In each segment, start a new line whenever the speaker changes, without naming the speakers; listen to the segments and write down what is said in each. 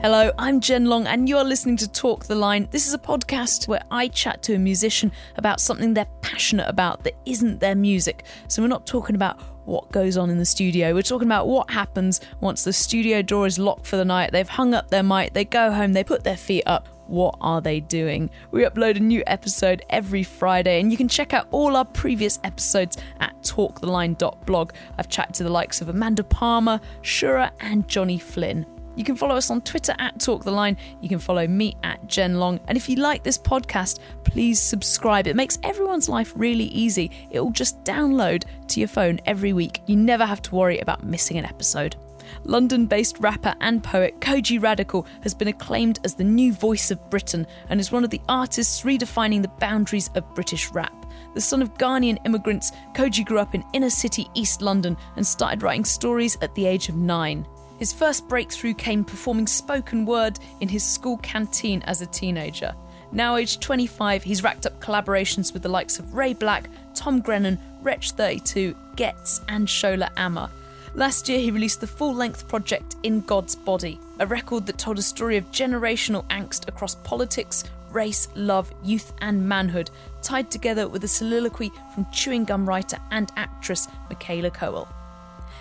Hello, I'm Jen Long, and you're listening to Talk the Line. This is a podcast where I chat to a musician about something they're passionate about that isn't their music. So we're not talking about what goes on in the studio. We're talking about what happens once the studio door is locked for the night. They've hung up their mic, they go home, they put their feet up. What are they doing? We upload a new episode every Friday, and you can check out all our previous episodes at talktheline.blog. I've chatted to the likes of Amanda Palmer, Shura, and Johnny Flynn. You can follow us on Twitter at Talk the Line. You can follow me at Jen Long. And if you like this podcast, please subscribe. It makes everyone's life really easy. It will just download to your phone every week. You never have to worry about missing an episode. London based rapper and poet Koji Radical has been acclaimed as the new voice of Britain and is one of the artists redefining the boundaries of British rap. The son of Ghanaian immigrants, Koji grew up in inner city East London and started writing stories at the age of nine. His first breakthrough came performing spoken word in his school canteen as a teenager. Now aged 25, he's racked up collaborations with the likes of Ray Black, Tom Grennan, Wretch 32, Getz, and Shola Amma. Last year, he released the full length project In God's Body, a record that told a story of generational angst across politics, race, love, youth, and manhood, tied together with a soliloquy from chewing gum writer and actress Michaela Coel.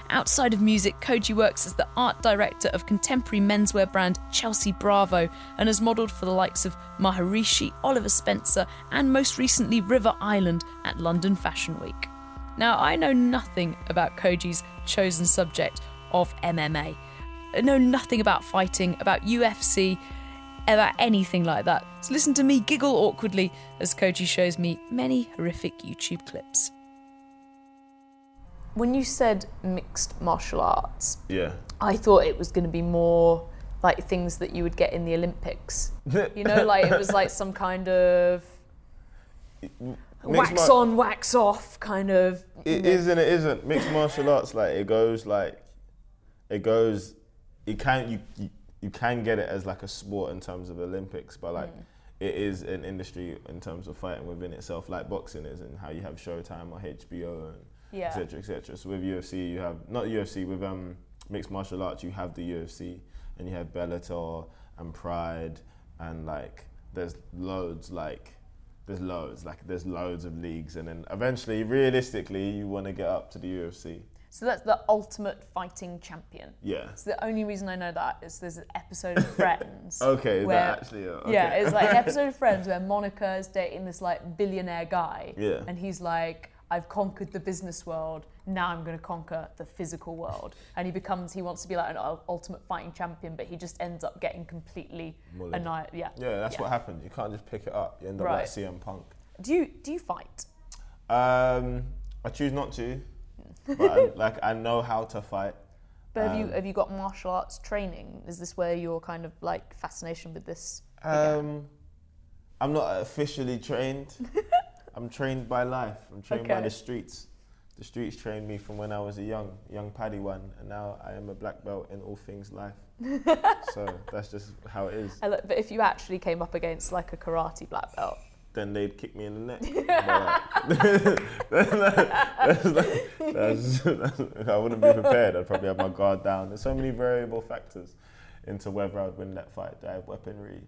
Outside of music, Koji works as the art director of contemporary menswear brand Chelsea Bravo and has modelled for the likes of Maharishi, Oliver Spencer, and most recently River Island at London Fashion Week. Now, I know nothing about Koji's chosen subject of MMA. I know nothing about fighting, about UFC, about anything like that. So listen to me giggle awkwardly as Koji shows me many horrific YouTube clips. When you said mixed martial arts,
Yeah.
I thought it was going to be more like things that you would get in the Olympics. You know, like it was like some kind of wax
mar-
on, wax off kind of.
It is and it isn't. Mixed martial arts, like it goes like, it goes, it can you, you you can get it as like a sport in terms of Olympics, but like it is an industry in terms of fighting within itself, like boxing is, and how you have Showtime or HBO and
Yeah.
et cetera, et cetera. So with UFC, you have not UFC with um mixed martial arts, you have the UFC and you have Bellator and Pride and like there's loads like there's loads like there's loads of leagues and then eventually realistically you want to get up to the UFC.
So that's the ultimate fighting champion.
Yeah.
So the only reason I know that is there's an episode of Friends.
Okay, is
where-
that actually a, okay.
Yeah, it's like an episode of Friends where Monica is dating this like billionaire guy.
Yeah.
And he's like, I've conquered the business world. Now I'm going to conquer the physical world. And he becomes, he wants to be like an ul- ultimate fighting champion, but he just ends up getting completely
Mullered.
annihilated. Yeah.
yeah, that's
Yeah.
what happened. You can't just pick it up. You end up
Right.
like CM Punk.
Do you do you fight?
Um, I choose not to, but I, like I know how to fight.
But have you
Um,
have you got martial arts training? Is this where your kind of like fascination with this? began?
Um, I'm not officially trained. I'm trained by life. I'm trained by
Okay.
the streets. The streets trained me from when I was a young, young paddy one, and now I am a black belt in all things life. so that's just how it is.
I look, but if you actually came up against like a karate black belt,
Then they'd kick me in the neck. But, that's like- that's- that's- I wouldn't be prepared. I'd probably have my guard down. There's so many variable factors into whether I'd win that fight. Do I have weaponry?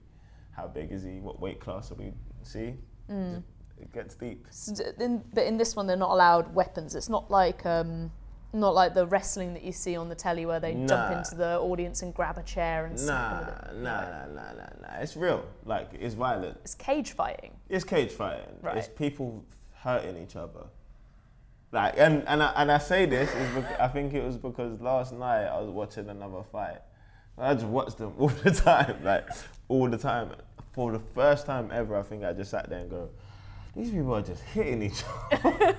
How big is he? What weight class are we? See, it gets deep.
So d- in, but in this one, they're not allowed weapons. It's not like um, not like the wrestling that you see on the telly where they jump
Nah.
into the audience and grab a chair and
Nah,
smack them with it.
nah, nah, nah, nah, nah. It's real. Like it's violent.
It's cage fighting.
It's cage fighting. It's
Right.
people hurting each other. Like and and I, and I say this is bec- I think it was because last night I was watching another fight. I just watched them all the time, like all the time. For the first time ever, I think I just sat there and go, these people are just hitting each other.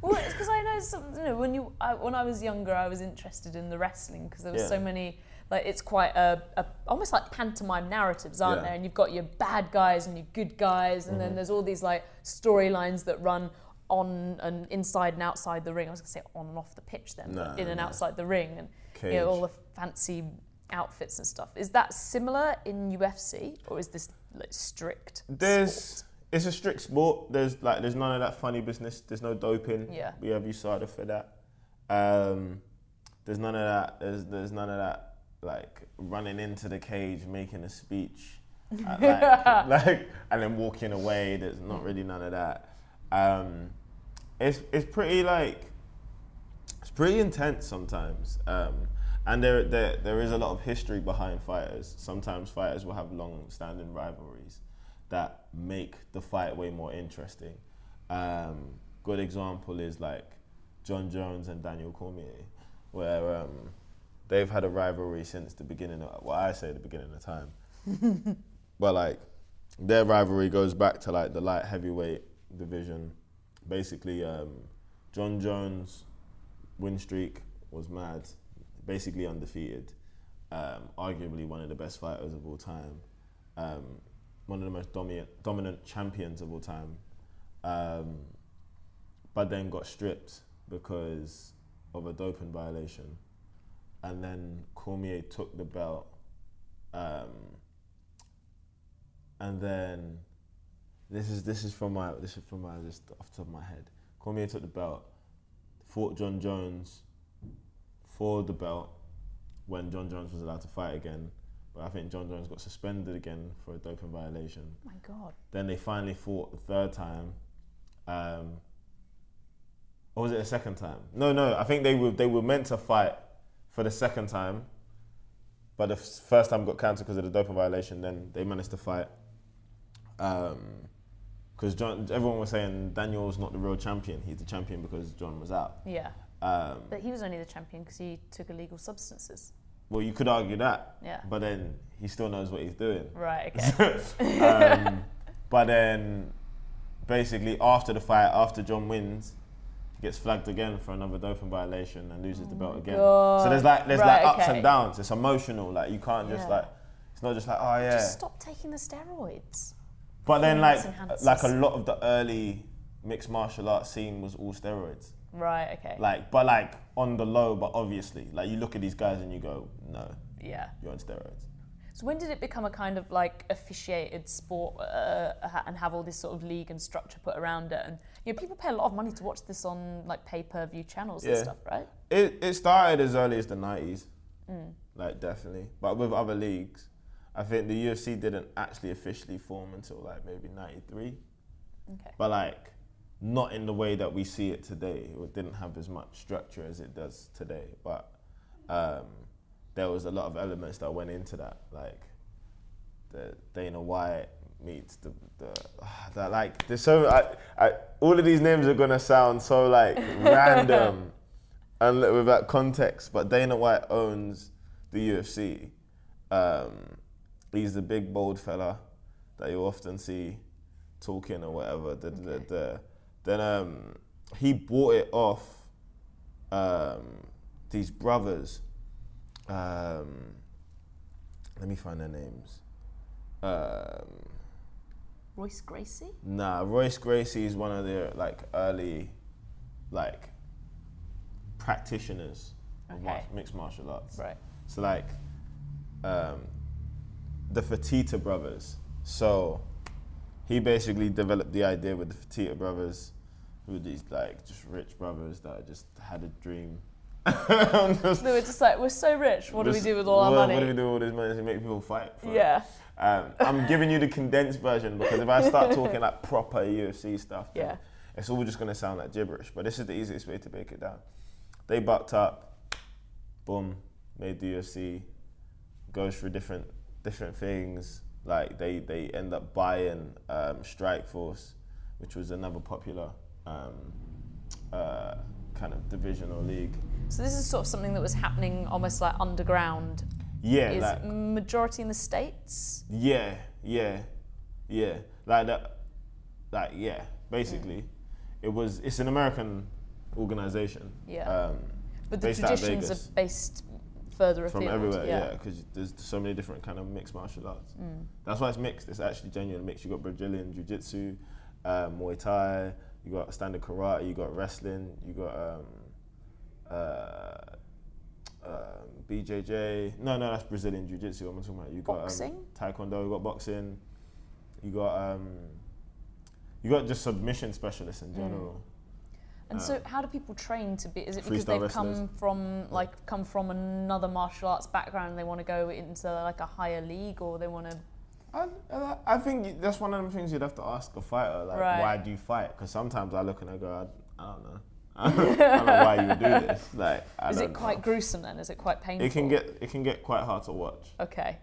Well, it's because I know, some, you know when you I, when I was younger, I was interested in the wrestling because there was
Yeah.
so many. Like it's quite a, a almost like pantomime narratives, aren't
Yeah. Mm-hmm.
there? And you've got your bad guys and your good guys, and then there's all these like storylines that run on and inside and outside the ring. I was gonna say on and off the pitch, then but
No,
in and
no.
outside the ring, and you know, all the fancy outfits and stuff. Is that similar in UFC, or is this like strict?
There's it's a strict sport. There's like there's none of that funny business. There's no doping.
Yeah.
We have USADA for that. Um, there's none of that. There's there's none of that like running into the cage, making a speech, at, like, like, and then walking away. There's not really none of that. Um, it's it's pretty like it's pretty intense sometimes. Um, and there, there there is a lot of history behind fighters. Sometimes fighters will have long-standing rivalries that make the fight way more interesting. Um, good example is like John Jones and Daniel Cormier, where um, they've had a rivalry since the beginning of well, I say the beginning of time, but like their rivalry goes back to like the light heavyweight division. Basically, um, John Jones' win streak was mad, basically undefeated, um, arguably one of the best fighters of all time, um, one of the most dominant dominant champions of all time. Um, but then got stripped because of a doping violation. And then Cormier took the belt. Um, and then this is this is from my this is from my just off the top of my head. Cormier took the belt, fought John Jones for the belt when John Jones was allowed to fight again. But I think John Jones got suspended again for a doping violation.
My God.
Then they finally fought the third time. Um, or was it a second time? No, no. I think they were they were meant to fight for the second time, but the f- first time got cancelled because of the doping violation. Then they managed to fight. Um, because John, everyone was saying Daniel's not the real champion. He's the champion because John was out.
Yeah.
Um,
But he was only the champion because he took illegal substances.
well, you could argue that,
Yeah.
but then he still knows what he's doing.
Right, okay.
um, but then, basically, after the fight, after John wins, he gets flagged again for another doping violation and loses the belt again. So there's like there's
Oh Right,
like ups
okay.
and downs. It's emotional. Like you can't just
Yeah.
like it's not just like oh yeah.
Just stop taking the steroids.
but then like uh,
performance enhancers.
like a lot of the early mixed martial arts scene was all steroids.
Right, okay.
Like but like on the low, but obviously like you look at these guys and you go no,
yeah.
you're on steroids.
So when did it become a kind of like officiated sport uh, ha- and have all this sort of league and structure put around it? And you know, people pay a lot of money to watch this on like pay-per-view channels and
Yeah.
stuff, right?
It it started as early as the nineties, like definitely. But with other leagues, I think the UFC didn't actually officially form until like maybe ninety three.
Okay.
But like not in the way that we see it today. It didn't have as much structure as it does today. But um, there was a lot of elements that went into that, like the Dana White meets the the that like there's so I, I, all of these names are gonna sound so like random and li- without context, but Dana White owns the UFC. Um, he's the big bold fella that you often see talking or whatever. Da, da, da, da. Then um, he bought it off um, these brothers. Um, let me find their names. Um,
Royce Gracie?
Nah, Royce Gracie is one of the like early, like practitioners of mar-
Okay.
mixed martial arts.
Right.
So like, um, the Fatita brothers. So he basically developed the idea with the Fatita brothers, who are these like just rich brothers that just had a dream.
They were just like, we're so rich, what do we
Just-
do with all our
what-
money?
What do we do with all this money to make people fight? For it?
Yeah.
Um, I'm giving you the condensed version because if I start talking like proper UFC stuff, then
Yeah.
it's all just gonna sound like gibberish. But this is the easiest way to break it down. They bucked up, boom, made the UFC, goes through different different things. Like they they end up buying um, Strike Force, which was another popular um, uh, kind of division or league.
So this is sort of something that was happening almost like underground.
Yeah,
is
like,
majority in the states?
Yeah, yeah, yeah. Like that, like yeah. Basically, it was. It's an American organization.
Yeah.
Um,
But the
based out of
traditions
Vegas.
are based further
from
afield.
everywhere, yeah, because there's so many different kind of mixed martial arts. That's why it's mixed. It's actually genuine mixed. You got Brazilian jiu-jitsu, uh, Muay Thai. You got standard karate. You got wrestling. You got um, uh, um, BJJ. No, no, that's Brazilian jiu-jitsu. I'm talking about. You got
Boxing?
Um, taekwondo. You got boxing. You got um, you got just submission specialists in general.
And so, how do people train to be? Is it because
Freestyle
they've come
wrestlers.
from like come from another martial arts background? And they want to go into like a higher league, or they want to?
I, I- I think that's one of the things you'd have to ask a fighter, like,
Right.
why do you fight? Because sometimes I look and I go, I, I don't know. I don't know why you would do this. Like, I
Is
don't
it
know.
quite gruesome then? Is it quite painful?
It can get it can get quite hard to watch.
Okay.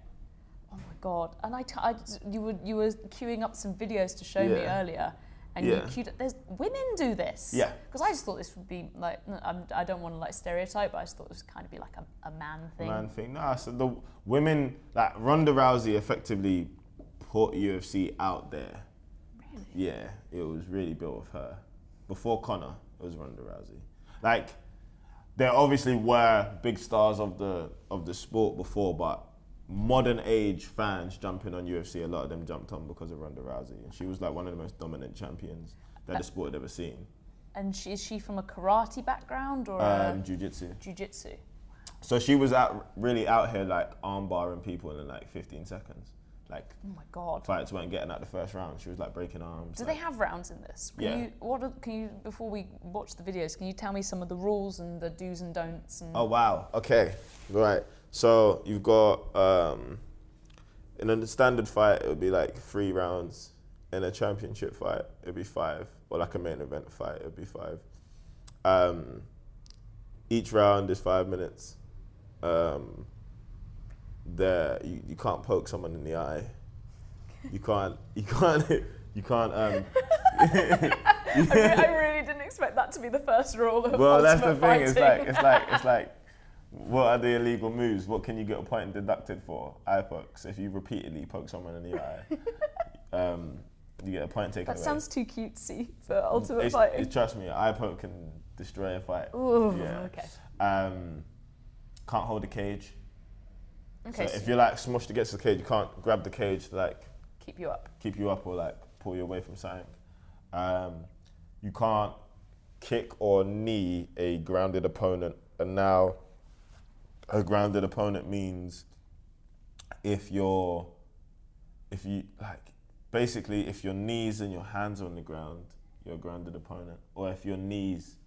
Oh my god! And I, t- I you were you were queuing up some videos to show me
Yeah.
earlier, and you
Yeah.
queued. up- There's women do this.
Yeah.
Because I just thought this would be like n- I'm, I don't want to like stereotype, but I just thought this would kind of be like a, a man thing.
Man thing. Nah, so the women like Ronda Rousey effectively put UFC out there.
Really?
Yeah, it was really built with her. Before Connor, it was Ronda Rousey. Like, there obviously were big stars of the of the sport before, but modern age fans jumping on UFC, a lot of them jumped on because of Ronda Rousey, and she was like one of the most dominant champions that the sport had ever seen.
And she, is she from a karate background or
Um,
a
Jiu Jitsu.
jujitsu?
So she was out really out here like armbarring people in like 15 seconds. Like
Oh my god!
fights weren't getting out the first round. She was like breaking arms.
Do
like-
they have rounds in this? Can
Yeah.
You, what are, can you before we watch the videos? Can you tell me some of the rules and the do's and don'ts? And
Oh wow. Okay. Right. So you've got um, in a standard fight it would be like three rounds. In a championship fight it'd be five, or like a main event fight it'd be five. Um, each round is five minutes. Um, there you, you can't poke someone in the eye. You can't. You can't. You can't. Um,
I, re- I really didn't expect that to be the first rule of
well, that's the
ultimate
thing. It's like
fighting.
it's like it's like, what are the illegal moves? What can you get a point deducted for? Eye pokes. If you repeatedly poke someone in the eye, um, you get a point taken
that
away.
sounds too cutesy for ultimate
uh, It's-
fighting.
it's- trust me, eye poke can destroy a fight.
Ooh,
yeah.
okay.
Um, can't hold a cage.
Okay,
so
so
if you're like smushed against the cage, you can't grab the cage to like
keep you up.
keep you up or like pull you away from something. Um, you can't kick or knee a grounded opponent. And now, a grounded opponent means if you're, if you like, basically if your knees and your hands are on the ground, you're a grounded opponent. Or if your knees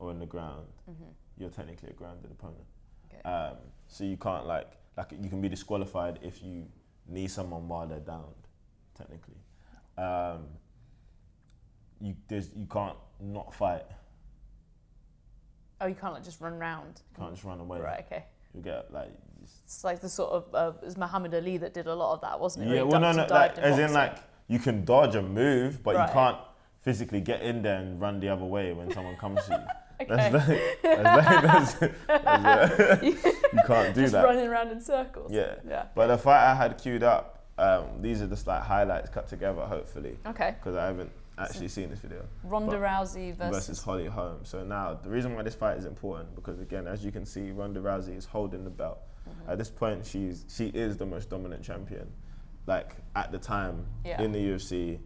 are on the ground, you're technically a grounded opponent.
Okay.
Um, so you can't like like you can be disqualified if you knee someone while they're downed, technically. Um, you there's you can't not fight.
Oh, you can't like just run round.
You can't just run away.
Mm. Right. Okay.
You get like
It's like the sort of uh, it was Muhammad Ali that did a lot of that, wasn't it? Where
yeah.
he
Well, no,
ducked
no.
and
Like,
dived
as in
boxing.
like you can dodge a move, but
Right.
you can't physically get in there and run the other way when someone comes to you. That's like,
Okay.
that's like, that's, that's like- you can't do
just
that.
running around in circles.
Yeah.
Yeah.
But the fight I had queued up, um, these are just like highlights cut together, hopefully,
Okay.
because I haven't actually seen this video
Ronda
But-
Rousey versus.
versus Holly Holm. So now the reason why this fight is important because again, as you can see, Ronda Rousey is holding the belt.
Mm-hmm.
At this point, she's she is the most dominant champion. Like at the time
Yeah.
in the UFC,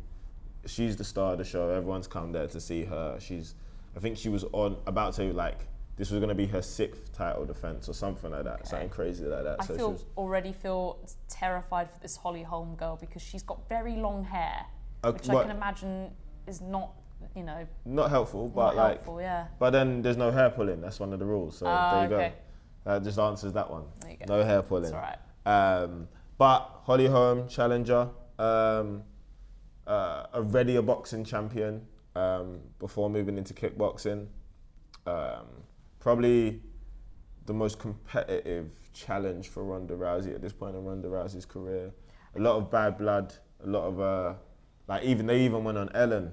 she's the star of the show. Everyone's come there to see her. She's, I think she was on about to like this was gonna be her sixth title defense or something like that, something crazy like that.
I
so she
feel
was,
already feel terrified for this Holly Holm girl because she's got very long hair,
Okay,
which I
well-
can imagine is not, you know,
not helpful, but
not
like.
helpful. Yeah.
But then there's no hair pulling. That's one of the rules. So
Ah,
there you
okay.
go. That just answers that one.
There you go.
No hair pulling.
It's all right.
Um, but Holly Holm, challenger, um, uh, already a boxing champion um, before moving into kickboxing. Um, probably the most competitive challenge for Ronda Rousey at this point in Ronda Rousey's career. A lot of bad blood, a lot of uh, like even they even went on Ellen.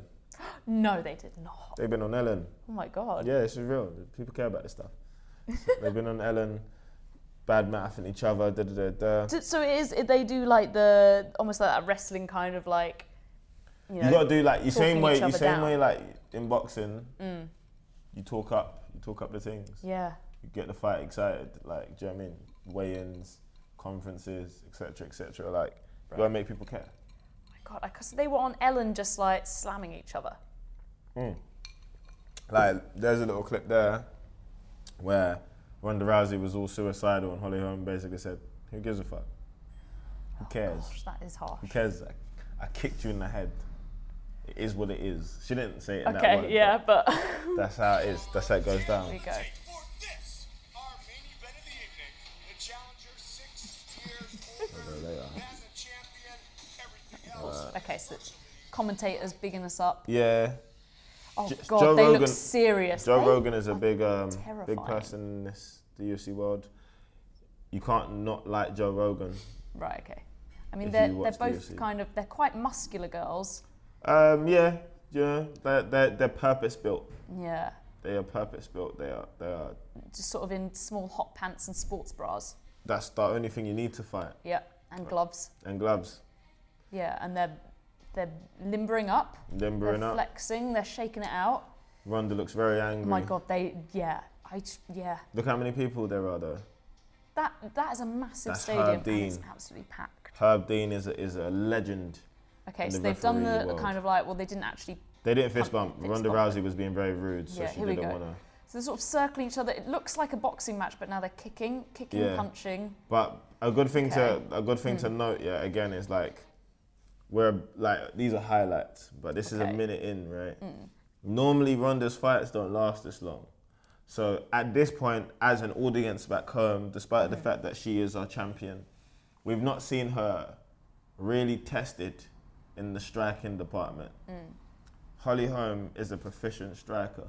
No, they did not.
They've been on Ellen.
Oh my god.
Yeah, this is real. People care about this stuff. So They've been on Ellen, bad mouthing each other, da da da da.
So- So it is. it- They do like the almost like that wrestling kind of like, you know.
You gotta do like you
talking
same way,
each
you
other
same
down. Mm.
way like in boxing. You talk up, you talk up the things.
yeah. Oh
You get the fight excited, like do you know what I mean? Weigh-ins, conferences, etc. etc. Like you gotta make people care.
God, because they were on Ellen just like slamming each other.
Like there's a little clip there where Ronda Rousey was all suicidal and Holly Holm basically said, "Who gives a fuck? Who cares?
Gosh, that is harsh.
Who cares? I, I kicked you in the head. It is what it is. She didn't say it in that
Okay,
word.
yeah, but
but That's how it is. That's how it goes
there
down.
you go.
Take for this, our main event of the evening, the challenger six years older
There they are.
than the champion, everything else.
uh,
Okay, so commentators bigging us up.
Yeah.
Oh
J-
god,
Joe
they
Rogan-
look serious.
Joe
They-
Rogan is a big um, big
terrifying.
person in this the UFC world. You can't not like Joe Rogan.
Right, okay. I mean,
If
they're,
you
they're
watch the
both
UFC.
kind of, they're quite muscular girls.
Um, yeah, you know they're they're, they're purpose built.
Yeah.
They are purpose built. They are they are.
Just sort of in small hot pants and sports bras.
That's the only thing you need to fight
Yeah. And gloves.
and gloves.
Yeah. And they're, they're limbering up.
Limbering
they're
up.
flexing. They're shaking it out.
Ronda looks very angry.
Oh My god, they, yeah. I, j- yeah.
Look how many people there are though.
That, that is a massive
That's
stadium.
Herb
and it's
Dean.
absolutely packed.
Herb Dean is a, is a legend.
Okay,
And
so
the
they've done
referee
the
world.
kind of like, well, they didn't actually
They didn't fist
Pump-
bump.
fist
Ronda
bump.
Rousey was being very rude, so
Yeah,
she
here we
didn't
go.
want to.
So they're sort of circling each other. It looks like a boxing match, but now they're kicking, kicking,
Yeah.
punching.
But a good thing
Okay. Hmm.
to a good thing to note, yeah, again, is like we're like these are highlights, but this is
Okay. Mm.
a minute in, right? Normally Ronda's fights don't last this long. So at this point, as an audience back home, despite
Mm.
the fact that she is our champion, we've not seen her really tested in the striking department.
Mm.
Holly Holm is a proficient striker.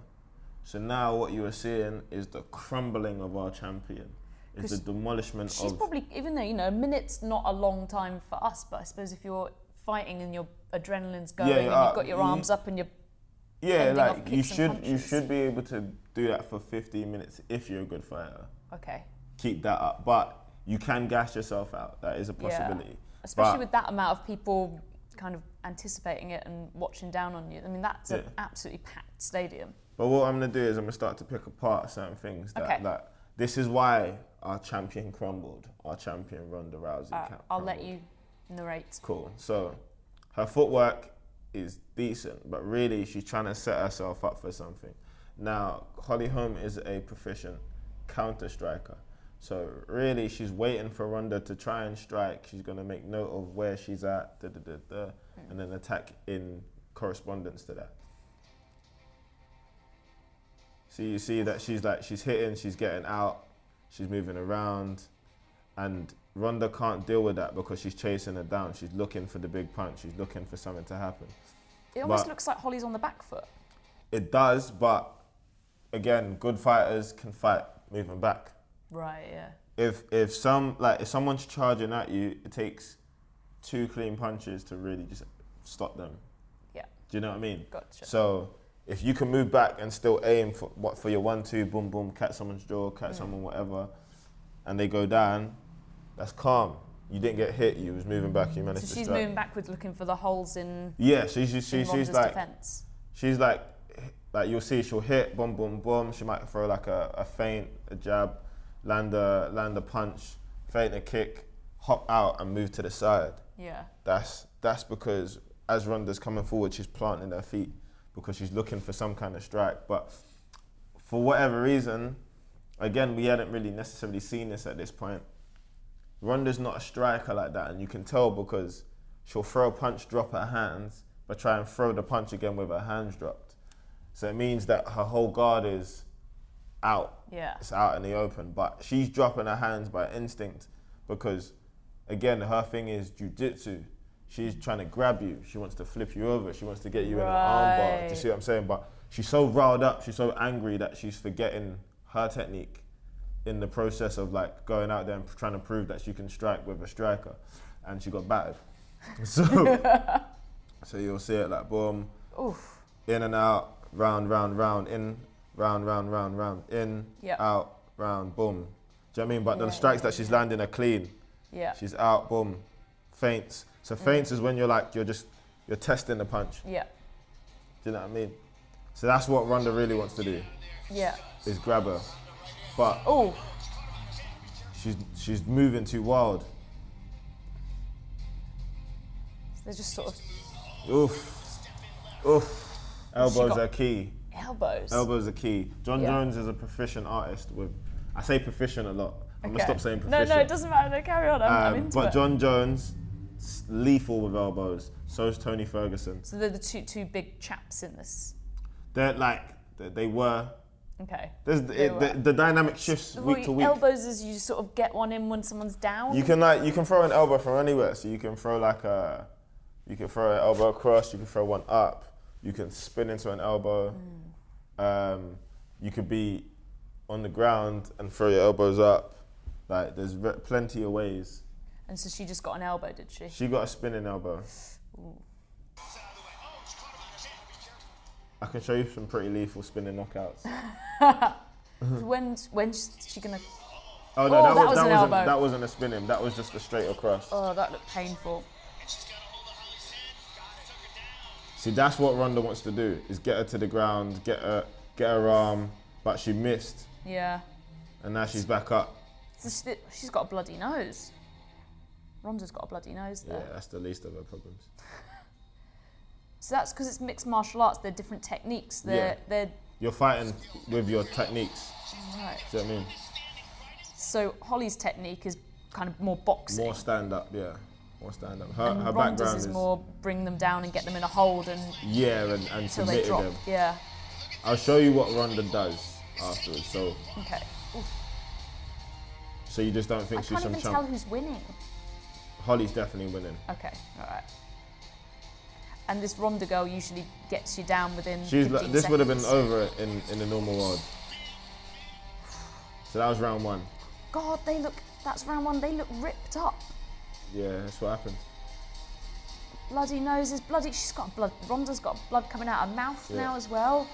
So now what you are seeing is the crumbling of our champion. Is the demolishment
She's
of
probably, even though, you know, a minute's not a long time for us, but I suppose if you're fighting and your adrenaline's going
yeah,
and
uh,
you've got your
you-
arms up and you're.
Yeah,
Ending off
like you
kicks and
should you
punches.
should be able to do that for 15 minutes if you're a good fighter.
Okay.
Keep that up, but you can gas yourself out. That is a possibility.
Especially
But-
with that amount of people kind of anticipating it and watching down on you. I mean, that's an
Yeah.
absolutely packed stadium.
But what I'm gonna do is I'm gonna start to pick apart certain things that
Okay.
that this is why our champion crumbled. Our champion Ronda Rousey.
Uh,
ca-
I'll let
crumbled.
you narrate.
Cool. So her footwork is decent, but really she's trying to set herself up for something. Now, Holly Holm is a proficient counter striker. So really she's waiting for Ronda to try and strike. She's gonna make note of where she's at, da da da da, and then attack in correspondence to that. So you see that she's like she's hitting, she's getting out, she's moving around, and Ronda can't deal with that because she's chasing her down. She's looking for the big punch. She's looking for something to happen.
It almost
But-
looks like Holly's on the back foot.
It does, but again, good fighters can fight moving back.
Right, yeah.
If if some like if someone's charging at you, it takes two clean punches to really just stop them.
Yeah.
Do you know what I mean?
Gotcha.
So if you can move back and still aim for what for your one two boom boom catch someone's jaw catch
Mm.
someone whatever, and they go down, that's calm. You didn't get hit. You was moving back. You managed
So
to.
she's
strike.
moving backwards looking for the holes in,
Yeah, she, she, she,
in
she's
Ronda's
like
defence.
she's like like you'll see she'll hit boom boom boom. She might throw like a, a feint, a jab, land a land a punch, feint a kick, hop out and move to the side.
Yeah.
That's that's because as Ronda's coming forward, she's planting her feet because she's looking for some kind of strike. But for whatever reason, again, we hadn't really necessarily seen this at this point. Ronda's not a striker like that, and you can tell because she'll throw a punch, drop her hands, but try and throw the punch again with her hands dropped. So it means that her whole guard is out.
Yeah.
It's out in the open, but she's dropping her hands by instinct because, again, her thing is jujitsu. She's trying to grab you. She wants to flip you over. She wants to get you in an armbar. Do you
Right.
see what I'm saying? But she's so riled up. She's so angry that she's forgetting her technique in the process of like going out there and trying to prove that she can strike with a striker, and she got battered. So, so you'll see it like boom,
Oof.
in and out, round, round, round, in, round, round, round, round, in,
Yep.
out, round, boom. Do you know what I mean? But
Yeah,
the strikes
yeah,
that she's landing are clean.
Yeah.
She's out, boom, feints.
Mm.
So feints is when you're like you're just you're testing the punch.
yeah.
Do you know what I mean? So that's what Ronda really wants to do
Yeah.
is grab her, but
Oh,
she's she's moving too wild.
they're just sort of
Oof. Oof. Elbows
got-
are key.
elbows.
Elbows are key. John
Yeah.
Jones is a proficient artist with. I say proficient a lot. I'm gonna
Okay.
stop saying
No,
proficient.
no, it doesn't matter. No, carry on. I'm, I'm
Um,
into
but
it.
John Jones, s- lethal with elbows. So's Tony Ferguson.
So they're the two two big chaps in this.
They're like they- they were.
Okay.
There's, it, the,
were.
the dynamic shifts
Well,
week to week.
Elbows is you sort of get one in when someone's down.
You can like you can throw an elbow from anywhere. So you can throw like a, you can throw an elbow across. You can throw one up. You can spin into an elbow. Um, you could be on the ground and throw your elbows up. Like there's ve- plenty of ways.
and so she just got an elbow, did she?
She got a spinning elbow.
Oh,
I can show you some pretty lethal spinning knockouts.
When when's she gonna?
Oh
Oh,
no, that, was,
that was
that
an
wasn't
elbow.
that wasn't a spinning. That was just a straight across.
Oh, that looked painful.
See, that's what Ronda wants to do: is get her to the ground, get her, get her arm, but she missed,
Yeah.
and now she's back up.
So she, she's got a bloody nose. Ronda's got a bloody nose
Yeah,
there.
that's the least of her problems.
So that's because it's mixed martial arts. They're different techniques. They're
Yeah.
they're
You're fighting with your techniques.
right.
Do you know what I mean?
So Holly's technique is kind of more boxing.
More stand up, yeah. More stand up. Her,
and
her
Ronda's
background
is
is
more bring them down and get them in a hold and
yeah, and, and
till they
submitted
drop.
them.
Yeah.
I'll show you what Ronda does afterwards. So,
Okay. Oof.
so you just don't think
I
she's
can't
some
even tell
chump.
who's winning.
Holly's definitely winning.
Okay, all right. And this Ronda girl usually gets you down within.
She's
15
like, this would have been
seconds.
over in in the normal world. So that was round one.
God, they look. That's round one. They look ripped up.
Yeah, that's what happened.
Bloody noses. Bloody. She's got blood. Ronda's got blood coming out her mouth
Yeah.
now as well.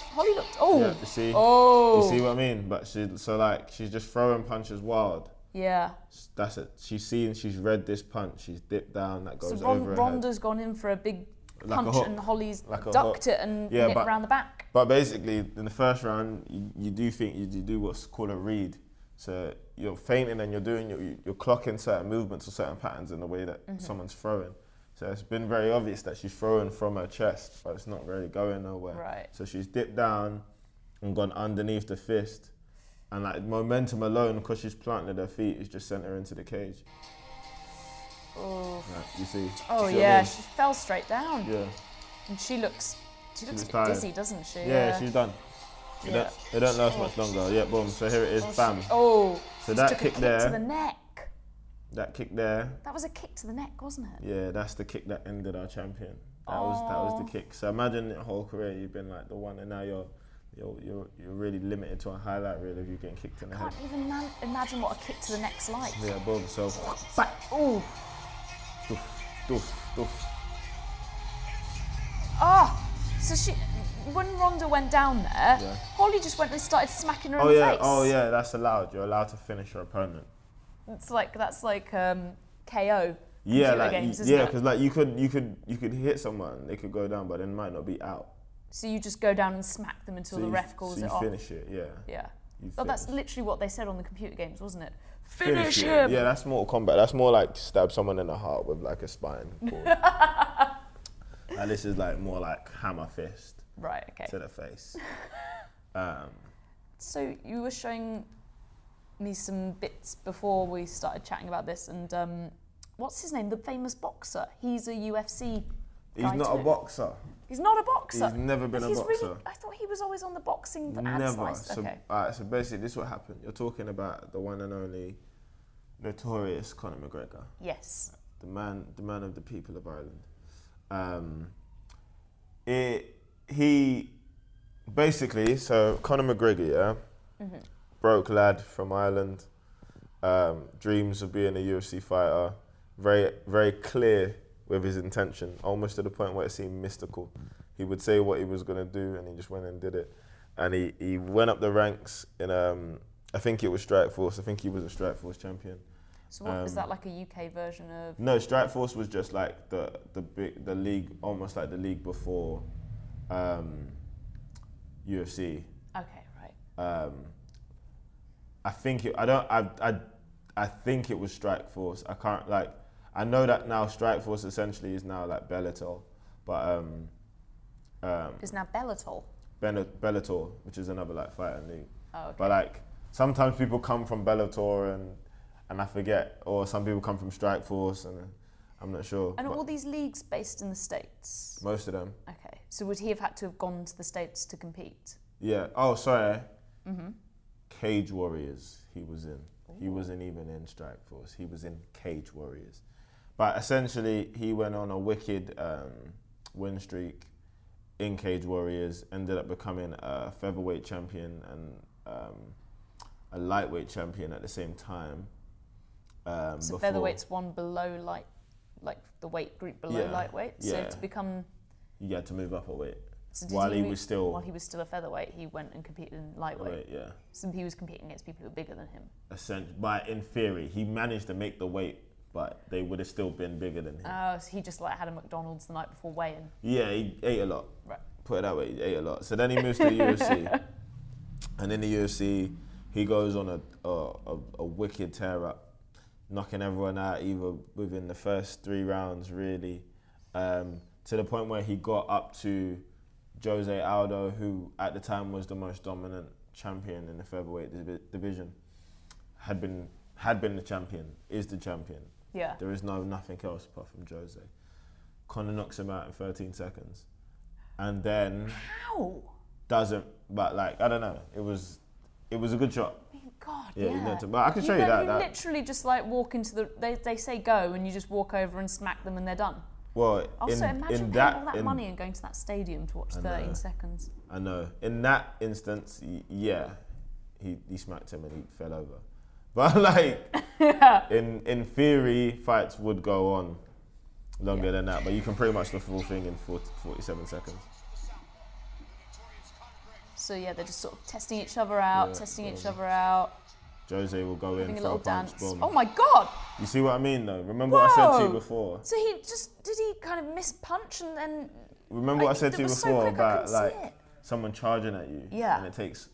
Holly looked. Oh.
Yeah, you see,
Oh.
you see what I mean. But she, so like, she's just throwing punches wild.
yeah.
That's it. She's seen, she's read this punch. She's dipped down. That
So
goes
Ron,
over her head.
Ronda's gone in for a big
Like a
punch,
hook.
and Holly's
Like a
ducked
hook.
it and
Yeah,
nipped
but-
round the back.
But basically, in the first round, you, you do think you, you do what's called a read. So you're feinting and you're doing your, you're clocking certain movements or certain patterns in the way that
Mm-hmm.
someone's throwing. So it's been very obvious that she's throwing from her chest, but it's not really going nowhere.
Right.
So she's dipped down and gone underneath the fist, and like momentum alone, because she's planted her feet, has just sent her into the cage.
Oh.
Like, you see?
Oh
You see what I
yeah.
mean?
She fell straight down,
Yeah.
and she looks. She looks
was
a bit
tired.
dizzy, doesn't she?
yeah. she's done. It,
Yeah.
don't, it don't last much longer. Yeah, boom. So here it is, bam.
Oh.
So
just
that
took a
kick
kick
there-
to the neck.
That kick there,
That was a kick to the neck, wasn't it?
yeah, that's the kick that ended our champion. That was that was the
Oh.
kick. So imagine your whole career you've been like the one, and now you're you're you're, you're really limited to a highlight reel of you getting kicked in the head.
Can't even man- imagine what a kick to the neck's like.
Yeah, boom. So,
But oh,
doof, doof, doof.
ah! So she, when Ronda went down there,
Yeah.
Holly just went and started smacking her
Oh
in the
yeah,
face.
oh yeah. That's allowed. You're allowed to finish your opponent.
It's like that's like um, KO. in
Yeah,
judo
like
games,
y-
isn't
yeah,
it?
because like you could you could you could hit someone, they could go down, but then might not be out.
So you just go down and smack them until
So
the
you-
ref calls
so
it
you
off.
finish it. Yeah.
Yeah.
You
Oh, that's
finish.
literally what they said on the computer games, wasn't it?
Finish him. Yeah, that's Mortal Kombat. That's more like stab someone in the heart with like a spine. cord. now this is like more like hammer fist
Right. Okay.
to the face. Um,
So you were showing me some bits before we started chatting about this, and um, what's his name? The famous boxer. He's a UFC.
he's
guy
not a
too.
boxer.
He's not a boxer.
He's never been
But
a
he's Really,
boxer.
I thought he was always on the boxing ad
Never.
slice.
So,
Okay.
alright, so basically, this is what happened. You're talking about the one and only notorious Conor McGregor.
Yes.
the man, the man of the people of Ireland. Um, it he basically so Conor McGregor, yeah, broke lad from Ireland, um, dreams of being a UFC fighter, very very clear with his intention, almost to the point where it seemed mystical. He would say what he was gonna do, and he just went and did it. And he, he went up the ranks in um, I think it was Strikeforce. I think he was a Strikeforce champion.
So what is
Um,
that like a UK version of?
No, Strikeforce was just like the the big the league almost like the league before um, UFC.
Okay, right.
Um, I think it, I don't I, I I think it was Strikeforce. I can't like I know that now Strikeforce essentially is now like Bellator, but um, um,
It's now Bellator.
Bene- Bellator, which is another like fighting league.
Oh, okay.
But like sometimes people come from Bellator and and I forget, or some people come from Strikeforce and I'm not sure.
And are
but
all these leagues based in the States?
most of them.
Okay. So would he have had to have gone to the States to compete?
Yeah. Oh, sorry.
Mm-hmm.
Cage Warriors. He was in. He wasn't even in Strike Force. He was in Cage Warriors. But essentially, he went on a wicked um, win streak in Cage Warriors. Ended up becoming a featherweight champion and um, a lightweight champion at the same time. Um,
So
before-
featherweight's one below light, like the weight group below
Yeah,
lightweight. So
yeah.
to become
You had to move up a weight.
so
While he
move-
was still-
while he was still a featherweight, he went and competed in lightweight.
Wait, yeah.
So he was competing against people who were bigger than him.
Essentially, but in theory, he managed to make the weight, but they would have still been bigger than him.
Oh, so he just like had a McDonald's the night before weigh-in.
Yeah, he ate a lot.
Right.
Put it that way, he ate a lot. So then he moves to the UFC, and in the UFC, he goes on a a, a, a wicked tear up, knocking everyone out either within the first three rounds, really, um, to the point where he got up to Jose Aldo, who at the time was the most dominant champion in the featherweight divi- division, had been had been the champion, is the champion.
Yeah.
There is no nothing else apart from Jose. Connor knocks him out in 13 seconds, and then
How?
doesn't. But like I don't know, it was it was a good shot.
I mean, God.
Yeah,
Yeah.
you don't have to- but I can show you
don't-
that-
You
that-
literally just like walk into the. They, they say go, and you just walk over and smack them, and they're done.
Well,
Also,
in,
imagine
in
paying
that,
all that
in-
money and going to that stadium to watch 13
know.
seconds.
I know. In that instance, y- yeah, he, he smacked him and he fell over. But like, in in theory, fights would go on longer than that. But you can pretty much the full thing in 40, 47 seconds.
So yeah, they're just sort of testing each other out,
Yeah,
testing each
yeah.
other out,
Jose will go in
having a
for
little
a punch.
dance.
Boom.
Oh my God!
You see what I mean, though. Remember what I said to you
Whoa.
before.
So he just did he kind of miss punch and then
Remember what I
Like,
said
that
to you
was so
before
quick, I
about
couldn't
like
see it.
someone charging at you,
Yeah.
and it takes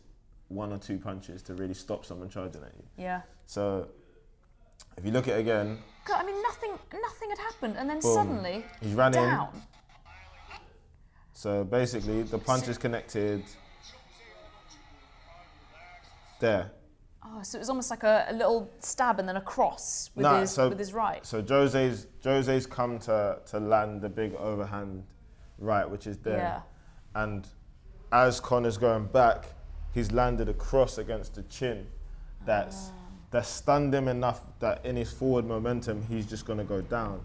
one or two punches to really stop someone charging at you.
yeah.
So if you look at it again,
God, I mean nothing, nothing had happened, and then
boom,
suddenly
he's ran in.
down.
So basically, the punch is connected. There.
Oh, so it was almost like a, a little stab and then a cross with
Nah,
his
so-
with his right.
So Jose's Jose's come to to land the big overhand right, which is there.
Yeah.
And as Connor's going back, he's landed a cross against the chin that's
Ah.
that stunned him enough that in his forward momentum he's just gonna go down.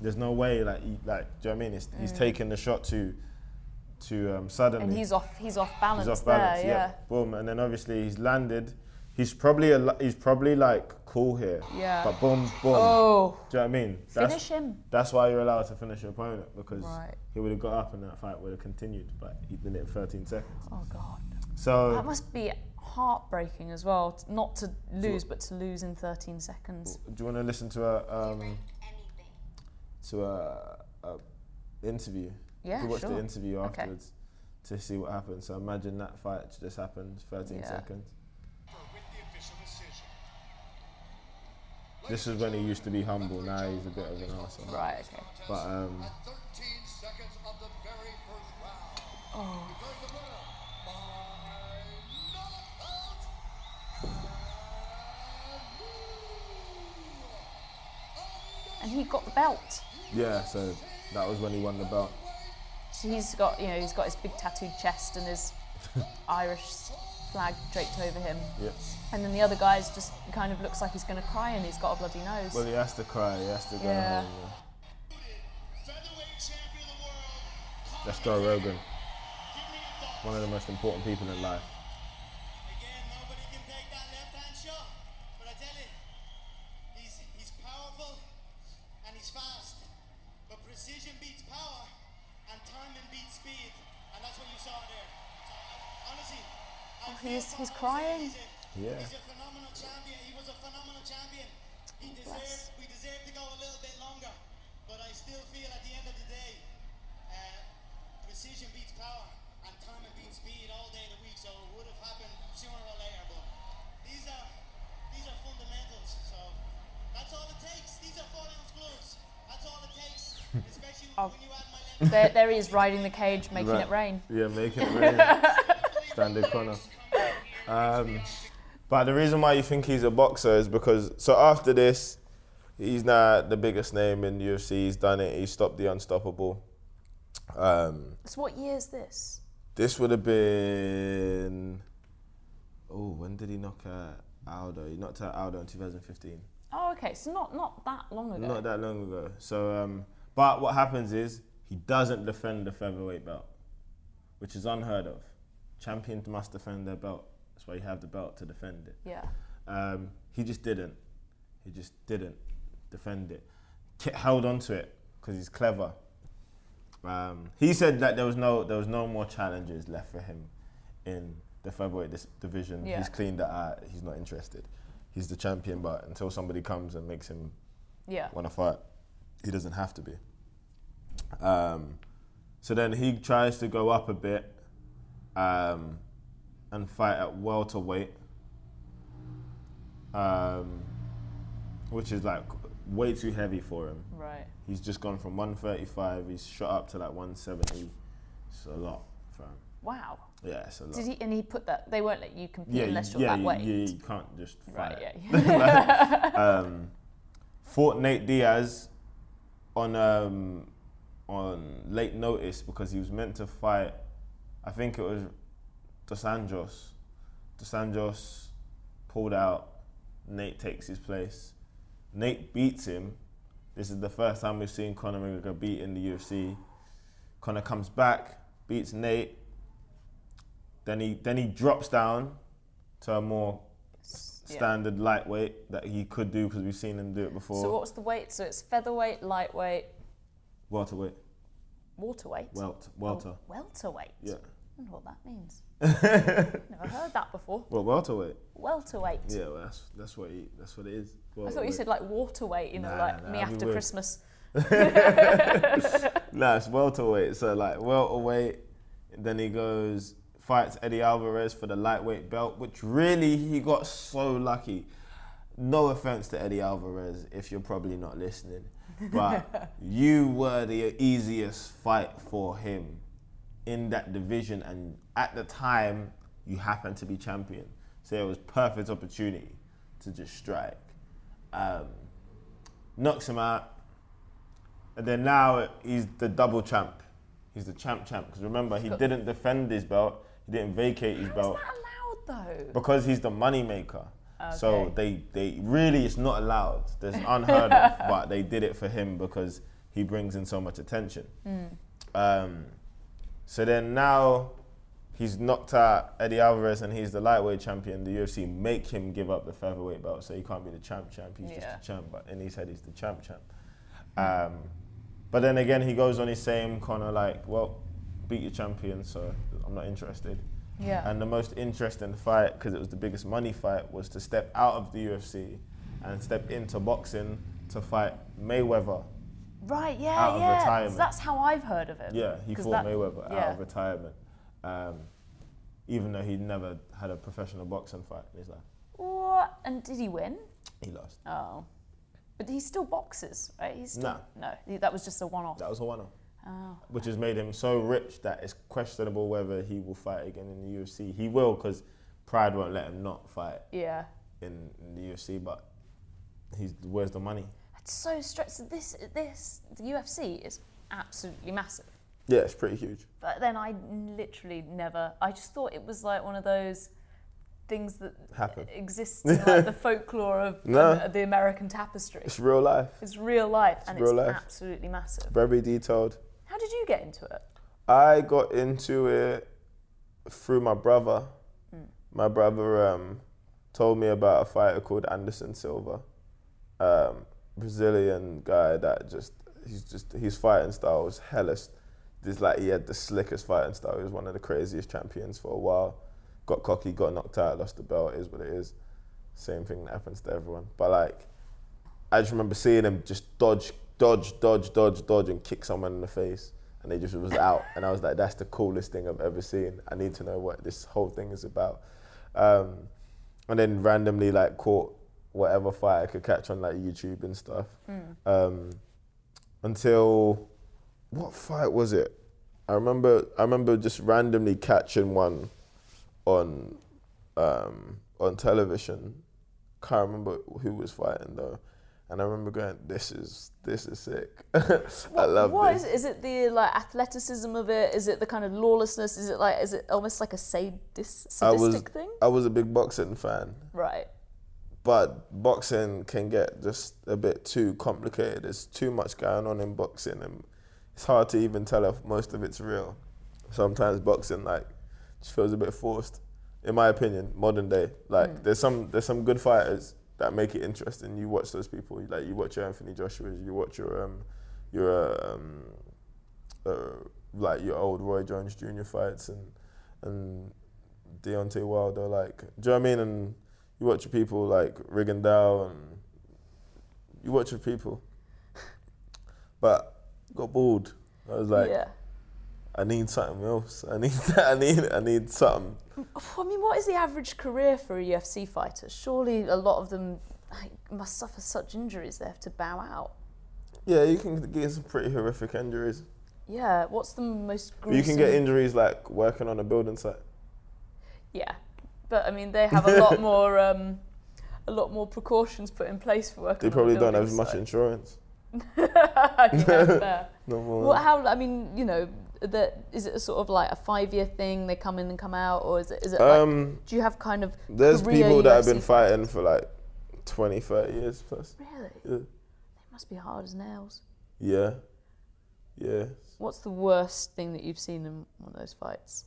There's no way like he, like do you know what I mean? It's, He's taking the shot to to um, suddenly
Mm. and he's off he's off balance
he's off
there,
balance.
yeah.
Yeah. Boom, and then obviously he's landed. He's probably a, lo- he's probably like cool here.
Yeah.
But boom, boom.
Oh.
Do you know what I mean?
Finish him.
That's why you're allowed to finish your opponent because
Right.
he would have got up and that fight would have continued, but he did it in 13 seconds.
Oh God.
So
That must be heartbreaking as well, t- not to lose but to lose in 13 seconds.
do you want to listen to a um, to a, a interview?
Yeah,
We watched the
sure.
interview
Okay.
afterwards to see what happened. So imagine that fight just happened 13
Yeah.
seconds.
With the official decision.
This is when he used to be humble. Now he's a bit of an arsehole.
Right. Okay.
But um,
At 13 seconds of the very first round.
Oh.
Declaring the winner by knockout.
And he got the belt.
yeah, so that was when he won the belt.
So he's got, you know, he's got his big tattooed chest and his Irish flag draped over him.
Yeah.
And then the other guy's just kind of looks like he's going to cry and he's got a bloody nose.
Well, he has to cry. He has to go
Yeah.
home. yeah.
Featherweight champion of the world.
Let's go, Rogan. One of the most important people in life.
Again, nobody can take that left hand shot. But I tell you, he's, he's powerful and he's fast. But precision beats power and timing beats speed. And that's what you saw there. Honestly, I
Oh,
feel
he's-
for
he's
him.
crying.
He's a,
Yeah.
he's a phenomenal champion. He was a phenomenal champion. He
bless.
deserved, we deserve to go a little bit longer. But I still feel at the end of the day, uh, precision beats power and timing beats speed all day of the week. So it would have happened sooner or later. But these are these are fundamentals. So that's all it takes. These are four ounce gloves. That's all it takes. Especially when you add my left.
there, there he is riding the cage, making
Right.
it rain.
Yeah, make it rain. Standard Connor. Um, but the reason why you think he's a boxer is because so after this, he's now the biggest name in UFC. He's done it. He stopped the unstoppable. Um,
So what year is this?
this would have been. Oh, when did he knock out Aldo? He knocked out Aldo in 2015.
Oh, okay. So not not that long ago.
Not that long ago. So, um, but what happens is he doesn't defend the featherweight belt, which is unheard of. Champions must defend their belt. That's why you have the belt to defend it.
yeah.
Um, he just didn't. He just didn't defend it. K- held on to it because he's clever. Um, he said that there was no there was no more challenges left for him in the featherweight dis- division.
Yeah.
He's cleaned that out. He's not interested. He's the champion, but until somebody comes and makes him
Yeah.
want to fight, he doesn't have to be. Um, so then he tries to go up a bit um, and fight at welterweight, um, which is like way too heavy for him.
Right.
He's just gone from 135, he's shot up to like 170. It's a lot for him.
Wow.
Yeah, it's a lot.
Did he? And he put that they won't let you compete
yeah, you-
unless you're
yeah,
that
you,
weight.
yeah, you can't just fight.
Right.
it.
Yeah. yeah.
fought um, Nate Diaz on um, on late notice because he was meant to fight. I think it was Dos Anjos. Dos Anjos pulled out. Nate takes his place. Nate beats him. This is the first time we've seen Conor McGregor beat in the UFC. Conor comes back, beats Nate. Then he then he drops down to a more
Yeah.
standard lightweight that he could do because we've seen him do it before.
So what's the weight? So it's featherweight, lightweight,
welterweight,
waterweight,
welt, welter.
Oh, welterweight.
Yeah.
I wonder what that means. Never heard that before.
Well, welterweight.
Welterweight.
Yeah, well, that's that's what he, that's what it is.
I thought you said like waterweight, you know,
Nah,
like
nah,
me
that'd be
after
weird.
Christmas.
No, it's welterweight. So like welterweight. Then he goes fights Eddie Alvarez for the lightweight belt, which really he got so lucky. No offense to Eddie Alvarez, if you're probably not listening, but you were the easiest fight for him in that division, and at the time you happened to be champion, so it was perfect opportunity to just strike. Um, knocks him out. And then now he's the double champ. He's the champ champ. Because remember, he didn't defend his belt. He didn't vacate his
Is
belt
that allowed though?
because he's the moneymaker. So
Okay.
they, they really, it's not allowed. There's unheard of, but they did it for him because he brings in so much attention.
Hmm.
Um, so then now he's knocked out Eddie Alvarez and he's the lightweight champion. The UFC make him give up the featherweight belt, so he can't be the champ champ. He's
Yeah.
just the champ, but in his head he's the champ champ. Um, but then again, he goes on his same kind of like, well, beat your champion, so I'm not interested.
Yeah.
And the most interesting fight, because it was the biggest money fight, was to step out of the UFC and step into boxing to fight Mayweather.
Right. Yeah.
out of
yeah.
retirement.
That's how I've heard of it.
Yeah, he
'Cause
fought
that-
Mayweather
yeah.
out of retirement, um, even though he'd never had a professional boxing fight in his life.
What? And did he win?
He lost.
Oh. But he still boxes, right? He's still,
No.
No, he- that was just a one-off.
That was a one-off,
Oh.
which has made him so rich that it's questionable whether he will fight again in the UFC. He will, because Pride won't let him not fight
Yeah.
in, in the UFC. But he's where's the money?
It's so strange. So this, this, the UFC is absolutely massive.
Yeah, it's pretty huge.
But then I literally never. I just thought it was like one of those things that
Happen.
exists in like the folklore of
No.
um, the American tapestry.
It's real life.
It's real life and
real
it's
life.
absolutely massive.
very detailed.
How did you get into it?
I got into it through my brother. My brother um, told me about a fighter called Anderson Silva, um, Brazilian guy that just he's just his fighting style was hellish. This like he had the slickest fighting style. He was one of the craziest champions for a while. Got cocky, got knocked out, lost the belt. It Is what it is. Same thing that happens to everyone. But like, I just remember seeing him just dodge, dodge, dodge, dodge, dodge, and kick someone in the face, and they just was out. And I was like, that's the coolest thing I've ever seen. I need to know what this whole thing is about. Um, and then randomly like caught whatever fight I could catch on like YouTube and stuff.
Hmm.
Um, until what fight was it? I remember I remember just randomly catching one on um, on television. Can't remember who was fighting though. And I remember going, "This is this is sick. I love
What
this."
is it? Is it the like athleticism of it? Is it the kind of lawlessness? Is it like is it almost like a sadis- sadistic
I was
thing?
I was a big boxing fan,
Right.
but boxing can get just a bit too complicated. There's too much going on in boxing, and it's hard to even tell if most of it's real. Sometimes boxing like just feels a bit forced, in my opinion. Modern day, like there's some there's some good fighters that make it interesting. You watch those people, like you watch your Anthony Joshua's, you watch your um your um uh, like your old Roy Jones Jr. fights and and Deontay Wilder, like do you know what I mean? And you watch your people like Rigondeaux and you watch your people, but got bored. I was like,
yeah.
I need something else. I need I need I need something.
I mean, what is the average career for a UFC fighter? Surely a lot of them like, must suffer such injuries they have to bow out.
Yeah, you can get some pretty horrific injuries.
Yeah. What's the most gruesome?
You can get injuries like working on a building site.
Yeah, but I mean, they have a lot more. Um, a lot more precautions put in place for working.
They
on a
probably don't have as
building
much
site.
insurance.
Yeah, fair.
No more.
Well, how? I mean, you know, the, is it a sort of like a five-year thing? They come in and come out, or is it? Is it? like,
um,
do you have kind of?
there's
career
people that have
UFC
been fighting for like 20, 30 years plus.
Really, it
Yeah.
must be hard as nails.
Yeah. Yeah.
What's the worst thing that you've seen in one of those fights?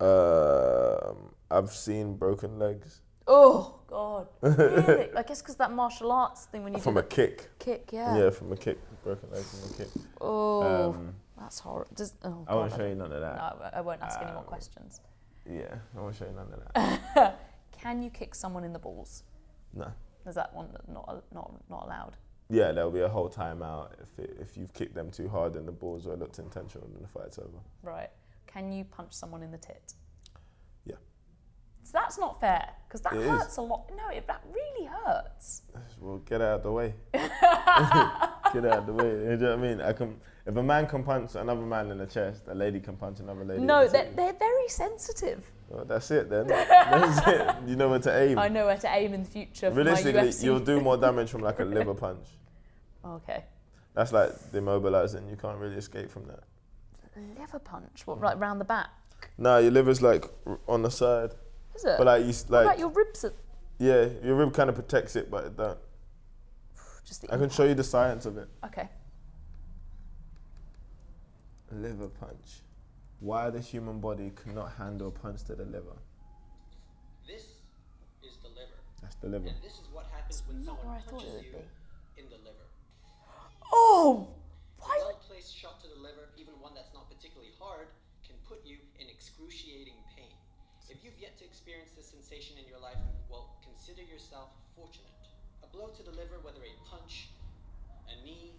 Um, I've seen broken legs
Oh God! Really? I guess because that martial arts thing when you
from
do
a kick.
the kick, yeah.
Yeah, from a kick. Broken legs from a kick.
Oh,
Um,
that's horrible. Does, oh,
I won't
God,
show you none of
I-
that.
no, I won't- I won't ask any more
Um,
questions.
Yeah, I won't show you none of that.
Can you kick someone in the balls?
no.
Is that one that not not not allowed?
Yeah, there'll be a whole timeout if it, if you've kicked them too hard and the balls were looked intentional and the fight's over.
Right. Can you punch someone in the tit?
Yeah.
So that's not fair because that
It is.
hurts a lot. No, it, that really hurts.
Well, get out of the way. get out of the way. You know what I mean? I can. If a man can punch another man in the chest, a lady can punch another lady. in
No,
the
they're,
chest.
they're very sensitive.
Well, that's it then. That's it. You know where to aim.
I know where to aim in the future. For my
Realistically,
UFC.
you'll do more damage from like a liver punch.
Oh, Okay.
That's like demobilizing. You can't really escape from that.
Liver punch. What? Right round the back.
No, your liver's like r- on the side,
Is it?
but like you s-
what
like
about your ribs? Are
yeah, your rib kind of protects it, but it don't.
just the
I can show you the science of it.
Okay.
Liver punch. Why the human body cannot handle a punch to the liver?
This is the liver.
That's the liver.
And this is what happens when
Not where
someone
I thought it
punches
would
you
be.
in the liver.
Oh,
A
why?
well-placed shot to the liver, even one that's not particularly hard, can put you in excruciating pain. If you've yet to experience this sensation in your life, well, consider yourself fortunate. A blow to the liver, whether a punch, a knee,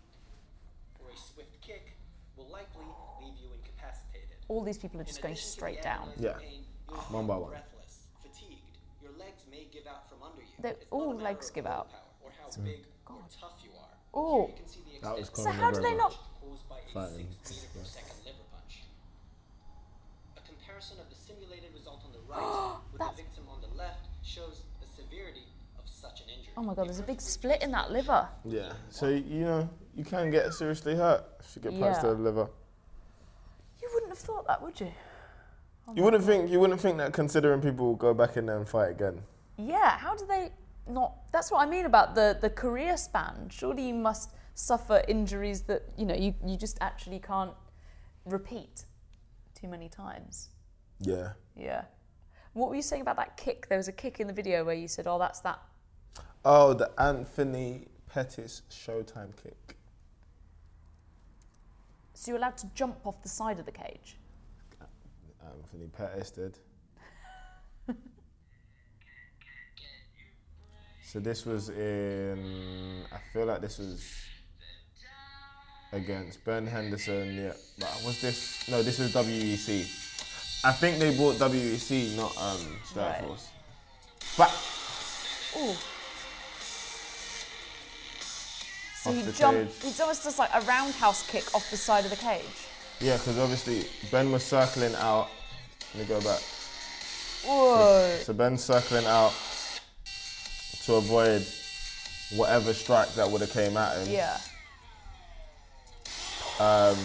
or a swift kick, will likely leave you incapacitated.
All these people are just
In
going
addition to
straight
the
down.
agonizing
Yeah.
pain, you'll
One
feel
by one.
Breathless, fatigued. Your legs may give out from under you.
They-
It's not
all
a matter
legs
of
give out.
willpower Or how big or tough you are.
Oh.
Here you can see the
That was
extent
Conor
So how do they
McGregor.
not?
caused by a
Fighting.
six meter per second liver punch. A comparison of the simulated result on the right with the
That's-
victim on the left shows the severity of such an injury.
Oh my God! There's a big split in that liver.
Yeah. So you know you can get seriously hurt if you get punched to
Yeah. Oh
the liver.
You wouldn't have thought that, would you?
You wouldn't think you wouldn't think that considering people will go back in there and fight again.
Yeah, how do they not? That's what I mean about the, the career span. Surely you must suffer injuries that you know you, you just actually can't repeat too many times.
Yeah.
Yeah. What were you saying about that kick? There was a kick in the video where you said, "Oh, that's that."
Oh, the Anthony Pettis Showtime kick.
So you're allowed to jump off the side of the cage.
Anthony Pettis did. so this was in. I feel like this was against Ben Henderson. Yeah, but was this? No, this was WEC. I think they bought WEC, not um,
Right.
Strikeforce. But
Oh. So
Off
he
the
jumped.
cage.
He's almost just like a roundhouse kick off the side of the cage.
yeah, because obviously Ben was circling out. Let me go back.
Whoa.
So Ben's circling out to avoid whatever strike that would have came at him. Um,
Yeah.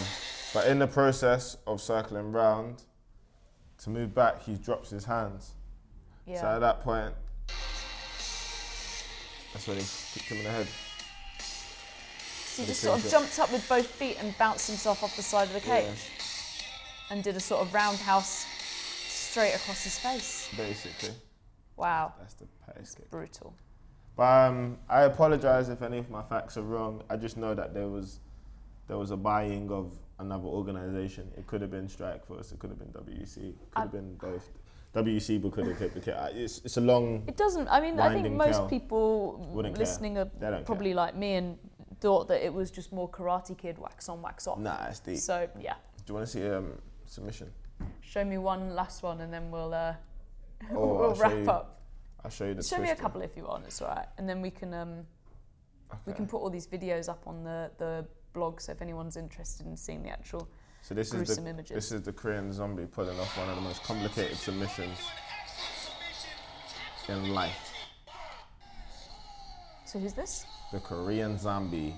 But in the process of circling round, to move back, he drops his hands.
Yeah.
So at that point, that's when he kicked him in the head.
So he just sort of jumped up with both feet and bounced himself off the side of the cage and did a sort of roundhouse straight across his face.
Basically,
Wow.
that's the pace kick.
Brutal.
But um, I apologize if any of my facts are wrong. I just know that there was there was a buying of another organization. It could have been Strike Force. It could have been WEC. It could have been both. WEC could have hit the kit. It's, it's a long.
It doesn't, I mean, I think
Winding
most
tail.
people
Wouldn't care.
listening
They
are
don't
probably like me and thought that it was just more Karate Kid wax on, wax off.
Nah, it's deep.
So, yeah.
Do you want to see um, submission?
Show me one last one and then we'll, uh,
Or
we'll
I'll show
wrap
you-
up.
I'll show you the.
Show me a
twister.
couple if you want, it's all right. And then we can. Um, We
Okay.
can put all these videos up on the, the blog, so if anyone's interested in seeing the actual
So this is
gruesome
the
images.
this is the Korean zombie pulling off one of the most complicated submissions in life.
So who's this?
The Korean zombie.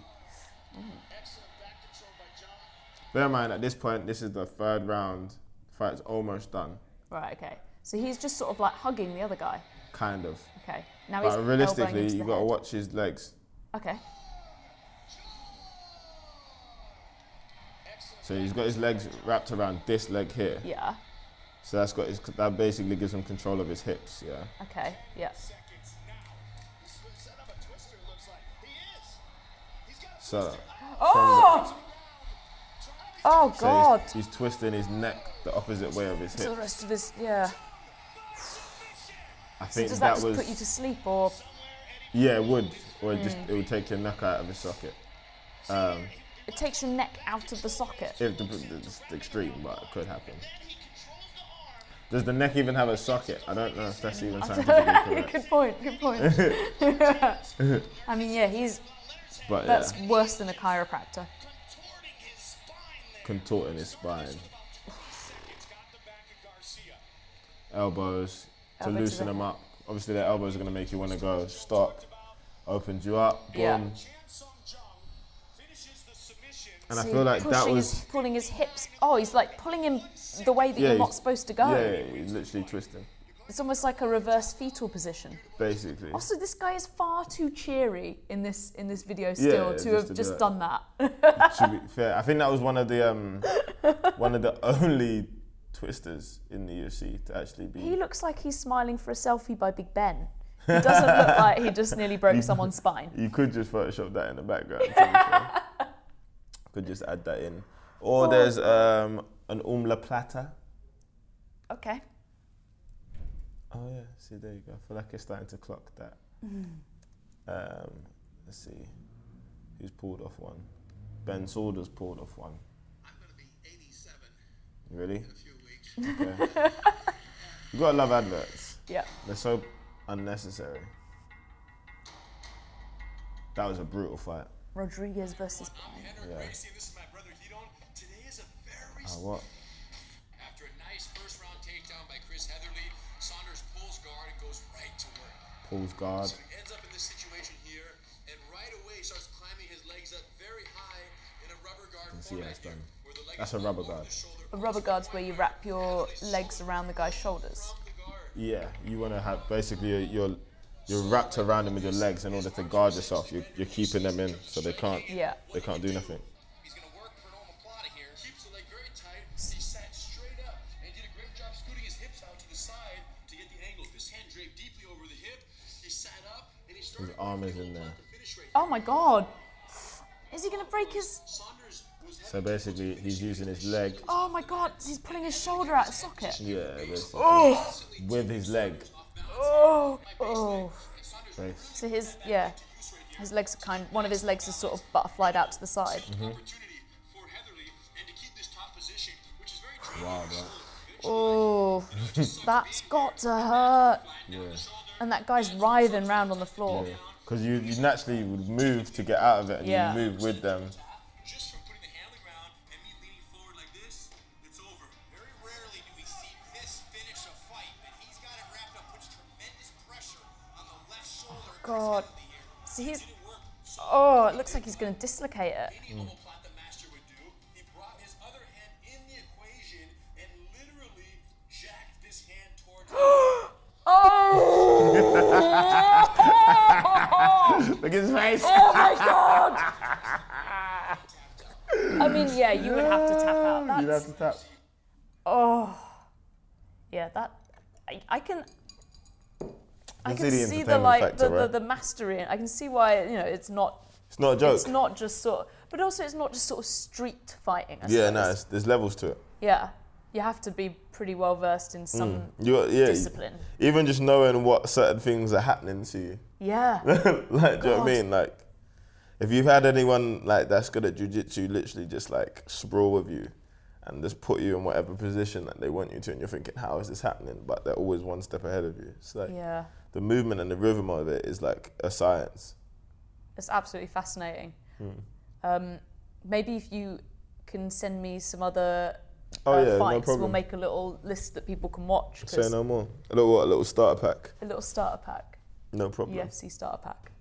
Bear in mind, at this point, this is the third round. The fight's almost done,
Right, okay. So he's just sort of like hugging the other guy.
kind of.
Okay. Now he's
But realistically,
elbowing into
you
the
got to
head.
watch his legs.
Okay.
So he's got his legs wrapped around this leg here.
Yeah.
So that's got his, that basically gives him control of his hips. Yeah.
Okay. Yeah.
Seconds now. He's been set up a twister, it looks like. He is. He's got a
So,
Oh! Oh
so
God.
He's, he's twisting his neck the opposite way of his
So the
hips.
rest of his yeah.
I
So
think
does that, just
was
put you to Hmm. sleep or
Yeah, it would. Or it just it would take your neck out of the socket. Um,
it takes your neck out of the socket?
if the, it's extreme, but it could happen. Does the neck even have a socket? I don't know if
Mm,
that's even scientifically correct.
good point. Good point. I mean, yeah, he's
But
that's
yeah,
worse than a chiropractor.
contorting his spine there.
contorting his spine,
About 20 seconds. Got the back of Garcia.
elbows to
Elbow to
loosen
the-
them up. Obviously, their elbows are gonna make you wanna go stop, opens you up, boom.
Yeah.
Chan Sung Jung finishes the submission.
And I
So
feel like
pushing
that
his,
was
pulling his hips. Oh, he's like pulling him the way that
Yeah,
you're not
he's-
supposed to go.
yeah, yeah, he's literally twisting,
It's almost like a reverse fetal position.
basically.
Also, this guy is far too cheery in this in this video
Yeah,
still
yeah,
to
just
have
to do
just
that.
done that.
to be fair, I think that was one of the um, one of the only twisters in the UFC to actually be.
he looks like he's smiling for a selfie by Big Ben. He doesn't look like he just nearly broke someone's spine.
You could just Photoshop that in the background. to be fair. could just add that in. Or there's um, an umla plata.
Okay.
Oh yeah, see there you go. I feel like it's starting to clock that. Um, let's see, who's pulled off one? Ben Saunders pulled off one.
I'm going to be 87 in
Really?
a few weeks.
You gotta love adverts.
Yeah.
They're so unnecessary. That was a brutal fight.
Rodriguez versus Pine.
Henry
Yeah.
Gracie, this is my brother Hidon. Today is a very
Oh, what?
After a nice first round takedown by Chris Heatherly, Saunders pulls guard and goes right to work.
Paul's guard.
So he ends up in this situation here and right away starts climbing his legs up very high in a rubber guard
see how
format
it's done.
here, where the leg
That's a
is
rubber
over
guard.
the shoulder.
A rubber guard's where you wrap your legs around the guy's shoulders.
From the guard.
Yeah, you want to have basically you're, you're you're wrapped around them with your legs in order to guard yourself. You're, you're keeping them in so they can't
Yeah.
they can't do nothing.
He's going to work for an Oma Plata here. Keeps the leg very tight. He sat straight up and did a great job scooting his hips out to the side to get the angle. This hand draped deeply over the hip. He sat up and he started.
arm
working
is in
the
there.
Plata finish right
Oh my god. Is he gonna break his
Saunders was
So basically, he's using his leg.
Oh my god, he's pulling his shoulder out of socket.
Yeah, basically, with his leg.
Oh, oh.
Base.
So his yeah, his legs are kind. One of his legs is sort of butterflied out to the side.
Mm-hmm.
opportunity for Heatherly and to keep this top position, which is very tricky.
Wow, bro.
Oh, that's got to hurt.
Yeah,
And that guy's writhing round on the floor.
because you, you naturally would move to get out of it, and
Yeah.
you move with them.
Just from putting the hand on the ground and me leaning forward like this, it's over. Very rarely do we see this finish a fight, but he's got it wrapped up, puts tremendous pressure on the left shoulder.
God. So he's Oh. looks like he's going to dislocate it.
any little plot the master would do. He brought his other hand in the equation and literally jacked this hand towards.
Oh!
Look at his face.
oh my god! I mean, yeah, you would have to tap out. That's,
You'd have to tap.
Oh, yeah, that I, I can. I
That's
can
the
see the
entertainment
like
factor,
the,
right?
the, the mastery. I can see why you know it's not
It's not a joke.
it's not just sort, but also it's not just sort of street fighting. I
yeah,
suppose.
no, it's, there's levels to it.
yeah. You have to be pretty well versed in some
You got, yeah,
discipline.
even just knowing what certain things are happening to you.
Yeah.
like, do you know what
God.
I mean? Like, if you've had anyone like that's good at jujitsu, literally just like sprawl with you and just put you in whatever position that they want you to, and you're thinking, how is this happening? But they're always one step ahead of you. It's like
yeah.
the movement and the rhythm of it is like a science.
It's absolutely fascinating.
Hmm.
Um, maybe if you can send me some other
Oh
uh,
yeah, no
fights,
problem.
we'll make a little list that people can watch. 'cause
Say no more. A little what? A little starter pack.
A little starter pack,
No problem.
UFC starter pack,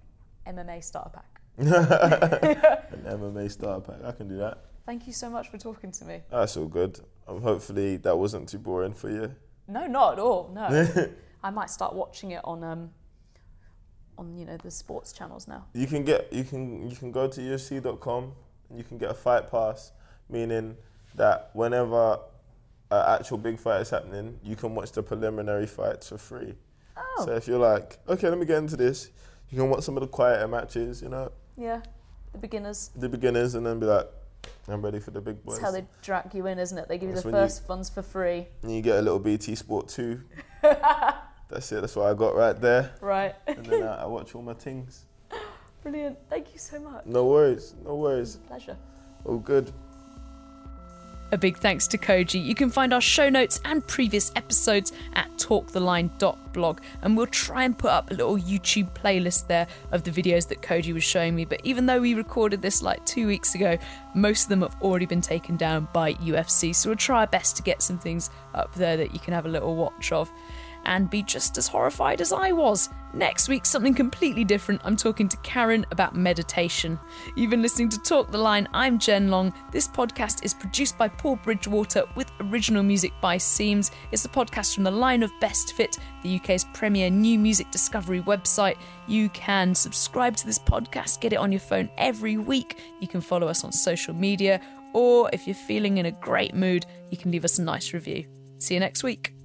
MMA starter pack.
An MMA starter pack. I can do that.
Thank you so much for talking to me.
That's all good. Um, hopefully that wasn't too boring for you.
No, not at all. No, I might start watching it on um, on you know the sports channels now.
You can get you can you can go to UFC.com and you can get a fight pass, meaning that whenever an actual big fight is happening, you can watch the preliminary fights for free.
Oh,
So if you're like, okay, let me get into this, you can watch some of the quieter matches, you know,
yeah, the beginners.
the beginners, and then be like, I'm ready for the big boys.
That's how they drag you in, isn't it? They give you
That's
the
when you-
first ones for free,
And you get a little BT Sport too. that's it. That's what I got right there.
right?
And then uh, I, I watch all my things.
Brilliant. Thank you so much.
No worries. No worries.
Pleasure.
All good.
A big thanks to Koji. You can find our show notes and previous episodes at talktheline.blog, and we'll try and put up a little YouTube playlist there of the videos that Koji was showing me. But even though we recorded this like two weeks ago, most of them have already been taken down by UFC, so we'll try our best to get some things up there that you can have a little watch of and be just as horrified as I was. Next week, something completely different. I'm talking to Karen about meditation. You've been listening to Talk the Line. I'm Jen Long. This podcast is produced by Paul Bridgewater with original music by Seams. It's a podcast from the Line of Best Fit, the UK's premier new music discovery website. You can subscribe to this podcast, get it on your phone every week. You can follow us on social media, or if you're feeling in a great mood, you can leave us a nice review. See you next week.